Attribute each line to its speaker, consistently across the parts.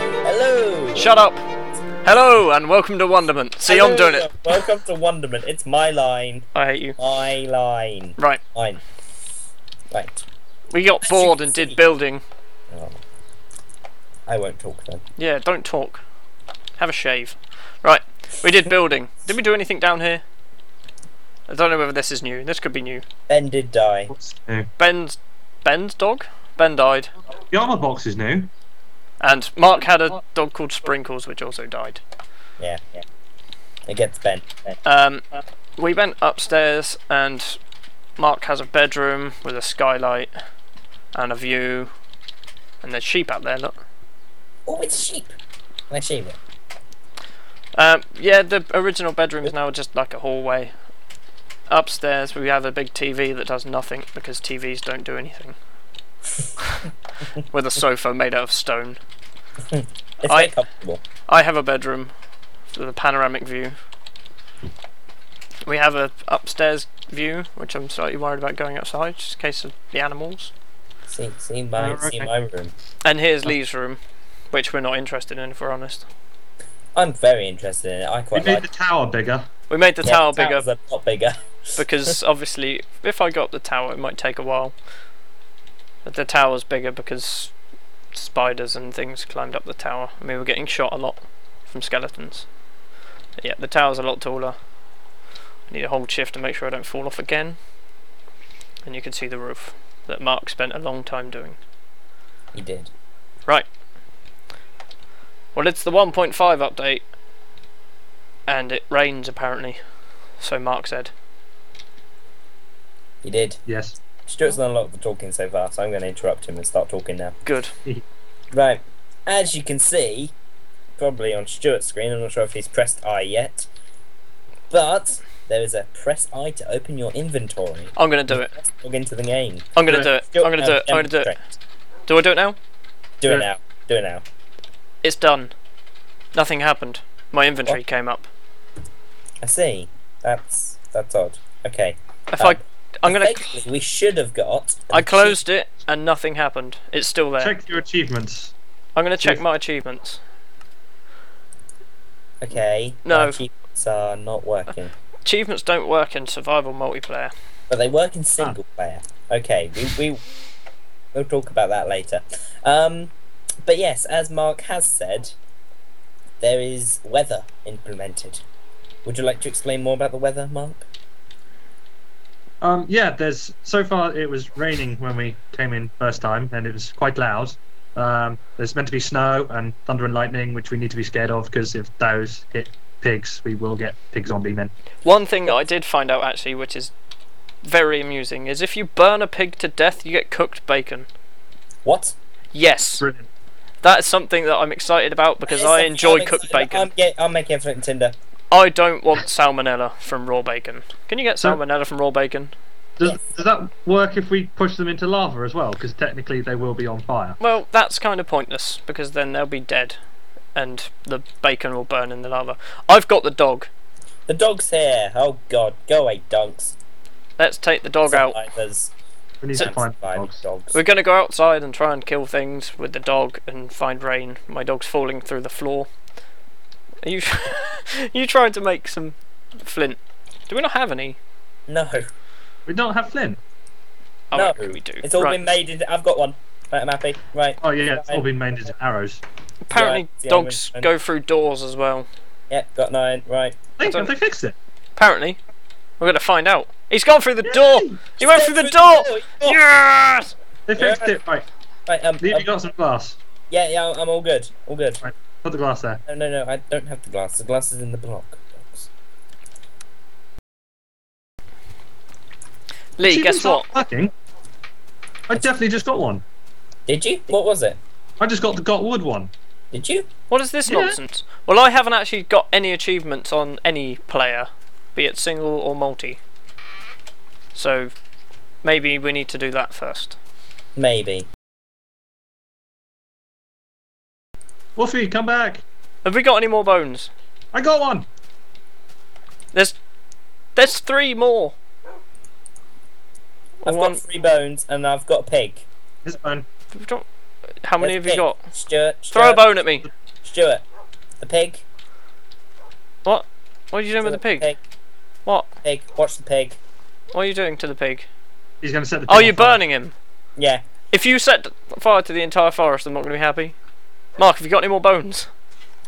Speaker 1: Hello.
Speaker 2: Shut up. Hello and welcome to Wonderment. See, I'm doing it.
Speaker 1: Welcome to Wonderment. It's my line.
Speaker 2: I hate you.
Speaker 1: My line.
Speaker 2: Right.
Speaker 1: Mine. Right.
Speaker 2: We got
Speaker 1: you
Speaker 2: bored
Speaker 1: can
Speaker 2: and
Speaker 1: see.
Speaker 2: did building.
Speaker 1: Um, I won't talk then.
Speaker 2: Yeah, don't talk. Have a shave. Right. We did building. Did we do anything down here? I don't know whether this is new. This could be new.
Speaker 1: Ben did die.
Speaker 3: No.
Speaker 2: Ben's Ben's dog? Ben died.
Speaker 3: Uh, The armor box is new.
Speaker 2: And Mark had a dog called Sprinkles which also died.
Speaker 1: Yeah. yeah. It gets Ben. Ben.
Speaker 2: Um we went upstairs and Mark has a bedroom with a skylight and a view. And there's sheep out there, look.
Speaker 1: Oh, it's sheep. I sheep. it.
Speaker 2: Um, yeah, the original bedroom is now just like a hallway. Upstairs, we have a big TV that does nothing because TVs don't do anything. With a sofa made out of stone.
Speaker 1: It's very
Speaker 2: I-
Speaker 1: comfortable.
Speaker 2: I have a bedroom with a panoramic view. We have a upstairs view, which I'm slightly worried about going outside, just in case of the animals.
Speaker 1: See, see my,
Speaker 3: Oh,
Speaker 1: see
Speaker 3: okay.
Speaker 1: my room.
Speaker 2: And here's Lee's room, which we're not interested in, if we're honest.
Speaker 1: I'm very interested in it. I
Speaker 3: We
Speaker 1: quite
Speaker 3: made
Speaker 1: like.
Speaker 3: the tower bigger.
Speaker 2: We made the
Speaker 1: Yeah,
Speaker 2: tower
Speaker 1: the
Speaker 2: bigger
Speaker 1: tower's A lot bigger.
Speaker 2: because obviously if I go up the tower it might take a while. But the tower's bigger because spiders and things climbed up the tower. and we were getting shot a lot from skeletons. But yeah, the tower's a lot taller. I need a hold shift to make sure I don't fall off again. And you can see the roof that Mark spent a long time doing.
Speaker 1: He did.
Speaker 2: Well, it's the 1.5 update, and it rains apparently. So Mark said.
Speaker 1: He did.
Speaker 3: Yes.
Speaker 1: Stuart's done a lot of the talking so far, so I'm going to interrupt him and start talking now.
Speaker 2: Good.
Speaker 1: Right. As you can see, probably on Stuart's screen, I'm not sure if he's pressed I yet, but there is a press I to open your inventory.
Speaker 2: I'm gonna do it.
Speaker 1: Let's log into the game.
Speaker 2: I'm gonna do it. Uh, I'm gonna do it. I'm gonna do it.
Speaker 1: Demonstrate.
Speaker 2: Do I do it now?
Speaker 1: Do
Speaker 3: Do
Speaker 1: it
Speaker 3: it.
Speaker 1: now. Do it now.
Speaker 2: It's done. Nothing happened. My inventory came up.
Speaker 1: I see. That's that's odd. Okay.
Speaker 2: If
Speaker 1: Um,
Speaker 3: Uh,
Speaker 2: I, I'm gonna. Cl-
Speaker 1: Effectively, we should have got. an
Speaker 2: I closed it and nothing happened. It's still there.
Speaker 3: Check your achievements.
Speaker 2: I'm gonna check
Speaker 3: Yes.
Speaker 2: my achievements.
Speaker 1: achieve- Okay.
Speaker 2: No.
Speaker 1: my Achievements are not working,
Speaker 2: Achievements don't work in survival multiplayer.
Speaker 1: but they work in single player. Okay. We we we'll talk about that later. Um, but yes, as Mark has said, there is weather implemented. Would you like to explain more about the weather, Mark?
Speaker 3: Um, yeah, there's so far it was raining when we came in first time, and it was quite loud. Um, there's meant to be snow and thunder and lightning, which we need to be scared of because if those hit pigs, we will get pig zombie men.
Speaker 2: One thing that I did find out actually, which is very amusing, is if you burn a pig to death, you get cooked bacon.
Speaker 1: What?
Speaker 2: Yes,
Speaker 3: Brilliant.
Speaker 2: that's something that I'm excited about because I enjoy cooked bacon.
Speaker 3: um,
Speaker 1: I'm, get, I'm making everything Tinder.
Speaker 2: I don't want salmonella from raw bacon. Can you get
Speaker 3: So-
Speaker 2: salmonella from raw bacon?
Speaker 3: Does,
Speaker 1: Yes.
Speaker 3: does that work if we push them into lava as well? Because technically they will be on fire.
Speaker 2: Well, that's kind of pointless because then they'll be dead, and the bacon will burn in the lava. I've got the dog.
Speaker 1: The dog's here. Oh God, go away, donks.
Speaker 2: Let's take the dog out.
Speaker 1: Survivors.
Speaker 3: We need to
Speaker 1: Don't
Speaker 3: find
Speaker 1: survive,
Speaker 3: dogs.
Speaker 1: dogs.
Speaker 2: We're gonna go outside and try and kill things with the dog and find rain. My dog's falling through the floor. Are you are you trying to make some flint? Do we not have any?
Speaker 1: No,
Speaker 3: We don't have Flynn.
Speaker 2: Oh,
Speaker 1: no.
Speaker 2: wait, we do.
Speaker 1: It's all
Speaker 2: Right.
Speaker 1: been made. In, I've got one. Right, I'm happy. Right.
Speaker 3: Oh yeah, it's all been made into arrows.
Speaker 2: Apparently,
Speaker 1: yeah, yeah,
Speaker 2: dogs
Speaker 1: we-
Speaker 2: go through doors as well.
Speaker 1: Yep, got nine. Right.
Speaker 3: Hey,
Speaker 2: don't-
Speaker 3: have they fixed it?
Speaker 2: Apparently, we're gonna find out. He's gone through the door. He went
Speaker 1: Go
Speaker 2: through the door.
Speaker 1: door.
Speaker 2: Yes.
Speaker 3: They fixed it. Right.
Speaker 1: Right, um,
Speaker 3: Lee, have
Speaker 1: um,
Speaker 3: you got some glass?
Speaker 1: yeah, yeah, I'm all good. All good.
Speaker 3: Put the glass there.
Speaker 1: No, no, no. I don't have the glass. The glass is in the block. box.
Speaker 2: Lee,
Speaker 3: She
Speaker 2: guess
Speaker 3: didn't start
Speaker 2: what?
Speaker 3: Working. I definitely just got one.
Speaker 1: Did you? What was it?
Speaker 3: I just got the got wood one.
Speaker 1: Did you?
Speaker 2: What is this
Speaker 3: Yeah.
Speaker 2: nonsense? Well, I haven't actually got any achievements on any player, be it single or multi. So maybe we need to do that first.
Speaker 1: Maybe.
Speaker 3: Wolfie, come back.
Speaker 2: Have we got any more bones?
Speaker 3: I got one.
Speaker 2: There's there's three more. Or
Speaker 1: I've
Speaker 2: one-
Speaker 1: got three bones and I've got a pig.
Speaker 3: His bone.
Speaker 2: we don't- How many
Speaker 1: There's
Speaker 2: have you
Speaker 1: a
Speaker 2: got?
Speaker 1: pig. Stuart,
Speaker 2: Throw a
Speaker 1: Stuart,
Speaker 2: bone at me.
Speaker 1: Stuart, the pig.
Speaker 2: What are you doing with the
Speaker 1: Stuart,
Speaker 2: pig?
Speaker 1: Pig.
Speaker 2: What?
Speaker 1: Pig. Watch the pig.
Speaker 2: What are you doing to the pig?
Speaker 3: He's going to set the.
Speaker 2: Oh,
Speaker 3: pig
Speaker 2: you're
Speaker 3: on fire.
Speaker 2: burning him.
Speaker 1: Yeah.
Speaker 2: If you set fire to the entire forest, I'm not going to be happy. Mark, have you got any more bones?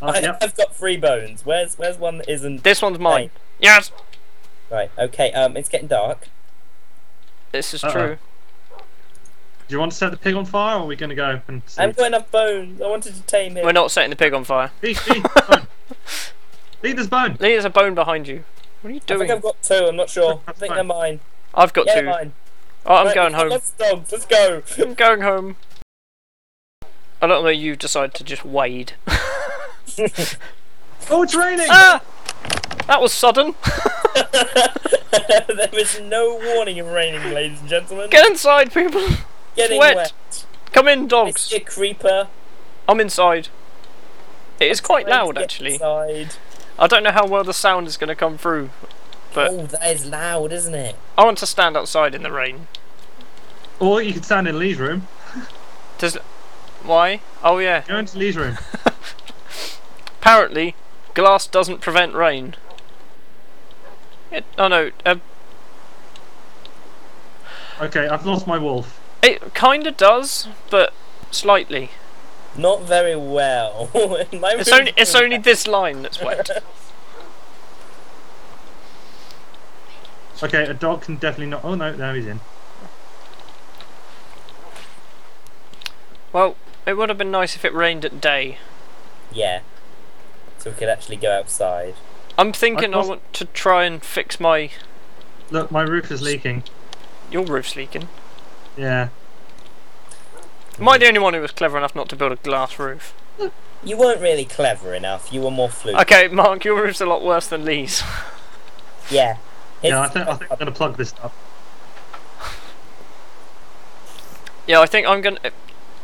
Speaker 3: Oh,
Speaker 1: I,
Speaker 3: yep.
Speaker 1: I've got three bones. Where's where's one that isn't?
Speaker 2: This one's mine. Yes!
Speaker 1: Right. Okay. Um, it's getting dark.
Speaker 2: This is
Speaker 3: Uh-oh.
Speaker 2: true.
Speaker 3: Do you want to set the pig on fire, or are we going to go and? See?
Speaker 1: I've got enough bones. I wanted to tame him.
Speaker 2: We're not setting the pig on fire.
Speaker 3: Leave, leave, bone. leave this bone.
Speaker 2: Lee, there's a bone behind you. What are you
Speaker 1: I think
Speaker 2: doing?
Speaker 1: I've got two. I'm not sure. I
Speaker 3: That's
Speaker 1: think
Speaker 3: fine.
Speaker 1: they're mine.
Speaker 2: I've got
Speaker 1: yeah,
Speaker 2: two.
Speaker 1: mine.
Speaker 2: Oh, I'm
Speaker 1: Right,
Speaker 2: going home.
Speaker 1: Lots of dogs. Let's go.
Speaker 2: I'm going home. I don't know why you decided to just wade.
Speaker 3: Oh, it's raining.
Speaker 2: ah! That was sudden.
Speaker 1: there was no warning of raining, ladies and gentlemen.
Speaker 2: Get inside, people.
Speaker 1: Getting
Speaker 2: wet.
Speaker 1: wet.
Speaker 2: Come in,
Speaker 1: I
Speaker 2: dogs.
Speaker 1: see a creeper.
Speaker 2: I'm inside. It is quite
Speaker 1: Trying to
Speaker 2: loud,
Speaker 1: get
Speaker 2: actually.
Speaker 1: inside.
Speaker 2: I don't know how well the sound is going to come through. But-
Speaker 1: Oh, that is loud, isn't it?
Speaker 2: I want to stand outside in the rain.
Speaker 3: Or you could stand in Lee's room.
Speaker 2: Does. Why? Oh, yeah.
Speaker 3: Go into Lee's room.
Speaker 2: Apparently, glass doesn't prevent rain. It. Oh, no. Um,
Speaker 3: Okay, I've lost my wolf.
Speaker 2: It kind of does, but slightly.
Speaker 1: Not very well. My
Speaker 2: It's
Speaker 1: room's
Speaker 2: only it's
Speaker 1: pretty
Speaker 2: only this line that's wet.
Speaker 3: Okay, a dog can definitely not. Oh no, now he's in.
Speaker 2: Well, it would have been nice if it rained at day.
Speaker 1: Yeah. So we could actually go outside.
Speaker 2: I'm thinking I,
Speaker 3: must-
Speaker 2: want to try and fix my
Speaker 3: Look, my roof is leaking.
Speaker 2: your roof's leaking.
Speaker 3: Yeah.
Speaker 2: Am I the only one who was clever enough not to build a glass roof?
Speaker 1: You weren't really clever enough. You were more fluke.
Speaker 2: Okay, Mark, your roof's a lot worse than Lee's.
Speaker 1: Yeah. His-
Speaker 3: Yeah, I think, I think I'm going to plug this up.
Speaker 2: yeah, I think I'm gonna uh,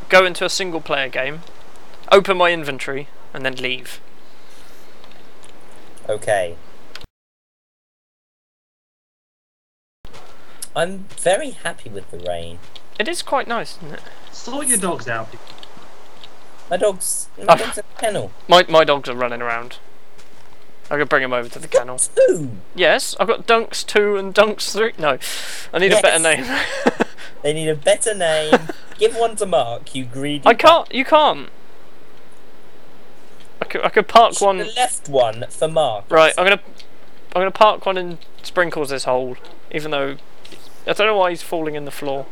Speaker 2: go into a single player game, open my inventory, and then leave.
Speaker 1: Okay. I'm very happy with the rain.
Speaker 2: It is quite nice, isn't it?
Speaker 3: Sort your dogs out.
Speaker 1: My dog's my
Speaker 2: Oh.
Speaker 1: dog's in the kennel.
Speaker 2: My my dogs are running around. I could bring them over to the kennel.
Speaker 1: Two.
Speaker 2: Yes, I've got Dunks 2 and Dunks 3. No, I need a better
Speaker 1: Yes.
Speaker 2: name.
Speaker 1: They need a better name. Give one to Mark, you greedy.
Speaker 2: I can't, you can't. I could, I could park
Speaker 1: The
Speaker 2: one.
Speaker 1: left one for Mark.
Speaker 2: Right, I'm gonna, I'm gonna park one in Sprinkles' this hole, even though I don't know why he's falling in the floor.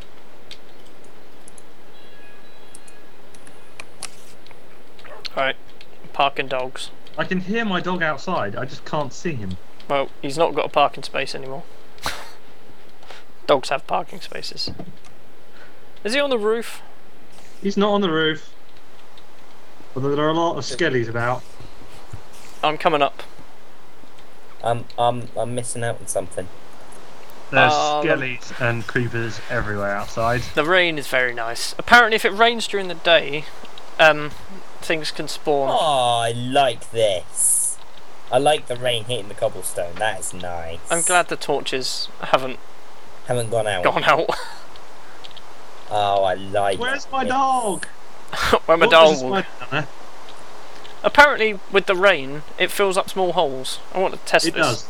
Speaker 2: Alright, parking dogs.
Speaker 3: I can hear my dog outside. I just can't see him.
Speaker 2: Well, he's not got a parking space anymore. dogs have parking spaces. Is he on the roof?
Speaker 3: He's not on the roof. Although there are a lot of skellies about.
Speaker 2: I'm coming up.
Speaker 1: I'm I'm I'm missing out on something.
Speaker 3: There's
Speaker 2: Um,
Speaker 3: skellies and creepers everywhere outside.
Speaker 2: The rain is very nice. Apparently, if it rains during the day, um, things can spawn.
Speaker 1: Oh, I like this. I like the rain hitting the cobblestone. That is nice.
Speaker 2: I'm glad the torches haven't
Speaker 1: Haven't gone out.
Speaker 2: gone out.
Speaker 1: Oh, I like.
Speaker 3: Where's my
Speaker 1: it.
Speaker 3: dog?
Speaker 2: Where my
Speaker 3: Oh,
Speaker 2: dog
Speaker 3: there's a
Speaker 2: walk.
Speaker 3: spider down
Speaker 2: Apparently, with the rain, it fills up small holes. I want to test
Speaker 3: there. It
Speaker 2: this.
Speaker 3: does.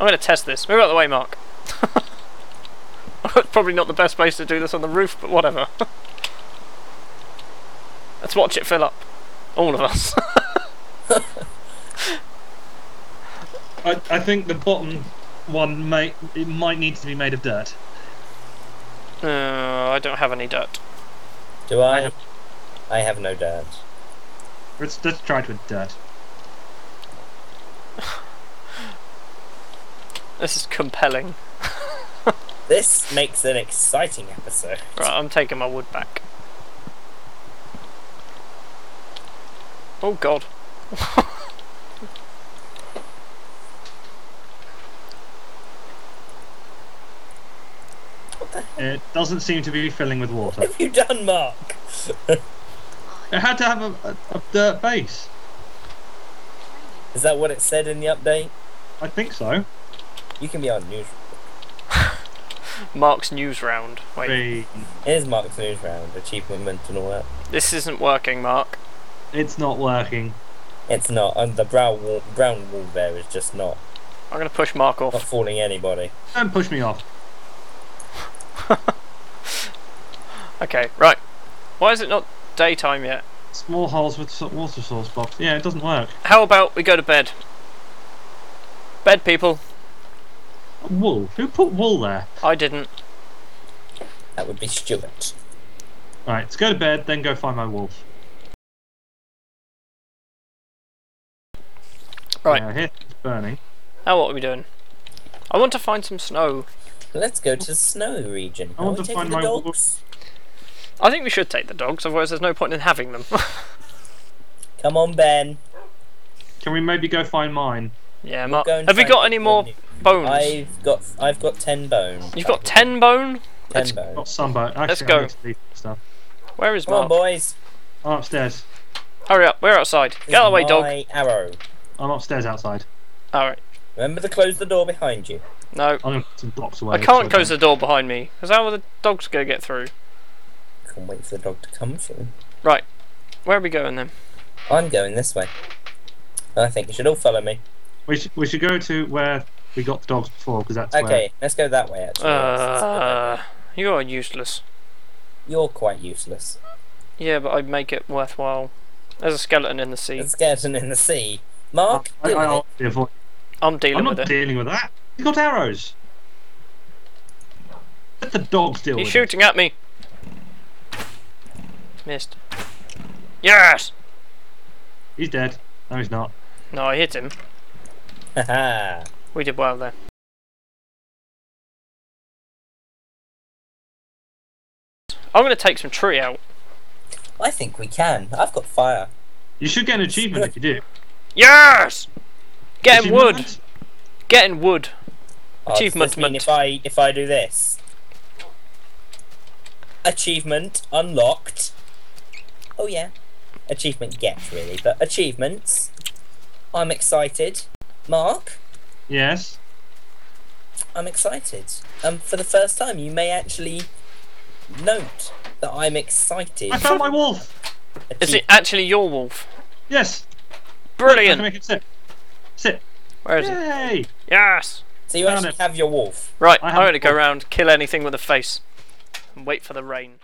Speaker 2: I'm going to test this. Move out of the way, Mark. Probably not the best place to do this on the roof, but whatever. Let's watch it fill up. All of us.
Speaker 3: I, I think the bottom one may it might need to be made of dirt.
Speaker 2: uh, I don't have any dirt.
Speaker 1: Do I? I have no dirt.
Speaker 3: Let's, let's try it with dirt.
Speaker 2: This is compelling.
Speaker 1: This makes an exciting episode.
Speaker 2: Right, I'm taking my wood back. Oh god.
Speaker 3: It doesn't seem to be filling with water.
Speaker 1: What have you done, Mark?
Speaker 3: It had to have a, a, a dirt base.
Speaker 1: Is that what it said in the update?
Speaker 3: I think so.
Speaker 1: You can be on news.
Speaker 2: Mark's news round. Wait,
Speaker 3: Three.
Speaker 1: Here's Mark's news round, achievement and all that.
Speaker 2: this isn't working, Mark.
Speaker 3: It's not working.
Speaker 1: It's not, and the brown wall, brown wall there is just not
Speaker 2: I'm gonna push Mark
Speaker 1: not
Speaker 2: off.
Speaker 1: fooling anybody.
Speaker 3: Don't push me off.
Speaker 2: Okay, right. Why is it not daytime yet?
Speaker 3: Small holes with sort of water source box. Yeah, it doesn't work.
Speaker 2: How about we go to bed? Bed, people.
Speaker 3: Wool. Who put wool there?
Speaker 2: I didn't.
Speaker 1: That would be Stuart.
Speaker 3: Right, let's go to bed, then go find my wolf.
Speaker 2: Right.
Speaker 3: Now, here, it's burning.
Speaker 2: Now what are we doing? I want to find some snow.
Speaker 1: Let's go to the snow region.
Speaker 3: I
Speaker 1: Are
Speaker 3: want
Speaker 1: we
Speaker 3: to
Speaker 1: taking
Speaker 3: find
Speaker 1: the
Speaker 3: my wolf.
Speaker 1: dogs?
Speaker 2: I think we should take the dogs, otherwise there's no point in having them.
Speaker 1: Come on, Ben.
Speaker 3: Can we maybe go find mine?
Speaker 2: yeah, Mark.
Speaker 1: Go and
Speaker 2: Have you
Speaker 1: find
Speaker 2: got any
Speaker 1: them.
Speaker 2: more bones?
Speaker 1: I've got I've got ten bones.
Speaker 2: You've got ten bone.
Speaker 1: Ten
Speaker 2: let's-
Speaker 1: bones.
Speaker 3: Got some, but actually,
Speaker 2: go.
Speaker 3: I need to leave this stuff.
Speaker 2: Where is
Speaker 1: Come on,
Speaker 2: Mark?
Speaker 1: boys.
Speaker 3: I'm upstairs.
Speaker 2: Hurry up, we're outside.
Speaker 1: This
Speaker 2: Get
Speaker 1: is
Speaker 2: away, dog.
Speaker 1: My arrow.
Speaker 3: I'm upstairs outside.
Speaker 2: Alright.
Speaker 1: Remember to close the door behind you.
Speaker 2: No.
Speaker 3: I'm gonna put some blocks away.
Speaker 2: I can't
Speaker 3: so
Speaker 2: close the door behind me, because how are the dogs going to get through?
Speaker 1: Can't wait for the dog to come through.
Speaker 2: Right. Where are we going then?
Speaker 1: I'm going this way. I think you should all follow me.
Speaker 3: We should, we should go to where we got the dogs before, because that's
Speaker 1: Okay,
Speaker 3: where.
Speaker 1: let's go that way. Actually,
Speaker 2: Uh, you are useless.
Speaker 1: you're quite useless.
Speaker 2: Yeah, but I'd make it worthwhile. There's a skeleton in the sea.
Speaker 1: The skeleton in the sea. Mark,
Speaker 3: I,
Speaker 1: deal with
Speaker 3: I'll
Speaker 1: it.
Speaker 3: avoid.
Speaker 2: I'm dealing
Speaker 3: I'm
Speaker 2: with
Speaker 3: not
Speaker 2: it.
Speaker 3: dealing with that. He's got arrows. Let the dogs deal
Speaker 2: He's
Speaker 3: with
Speaker 2: shooting at me. Missed. Yes!
Speaker 3: it. He's dead. No, he's not.
Speaker 2: No, I hit him.
Speaker 1: Haha.
Speaker 2: We did well there. I'm gonna take some tree out.
Speaker 1: I think we can. I've got fire.
Speaker 3: You should get an achievement if you do.
Speaker 2: Yes! Getting wood!
Speaker 3: Achievement?
Speaker 2: Getting wood.
Speaker 1: Oh, does this
Speaker 2: Achievement,
Speaker 1: mean
Speaker 2: mate.
Speaker 1: If I if I do this, achievement unlocked. Oh yeah, achievement get really, but achievements. I'm excited, Mark.
Speaker 3: Yes.
Speaker 1: I'm excited. Um, for the first time, you may actually note that I'm excited.
Speaker 3: I found my wolf.
Speaker 2: Is
Speaker 1: Achieve-
Speaker 2: it actually your wolf?
Speaker 3: Yes. I can
Speaker 2: Brilliant!
Speaker 3: make him sit. Sit.
Speaker 2: Where is it?
Speaker 3: Yay.
Speaker 2: Yes!
Speaker 1: So you
Speaker 3: Found
Speaker 1: actually
Speaker 3: it.
Speaker 1: have your wolf.
Speaker 2: Right,
Speaker 3: I
Speaker 2: I'm
Speaker 3: have-
Speaker 2: gonna go around, kill anything with a face, and wait for the rain.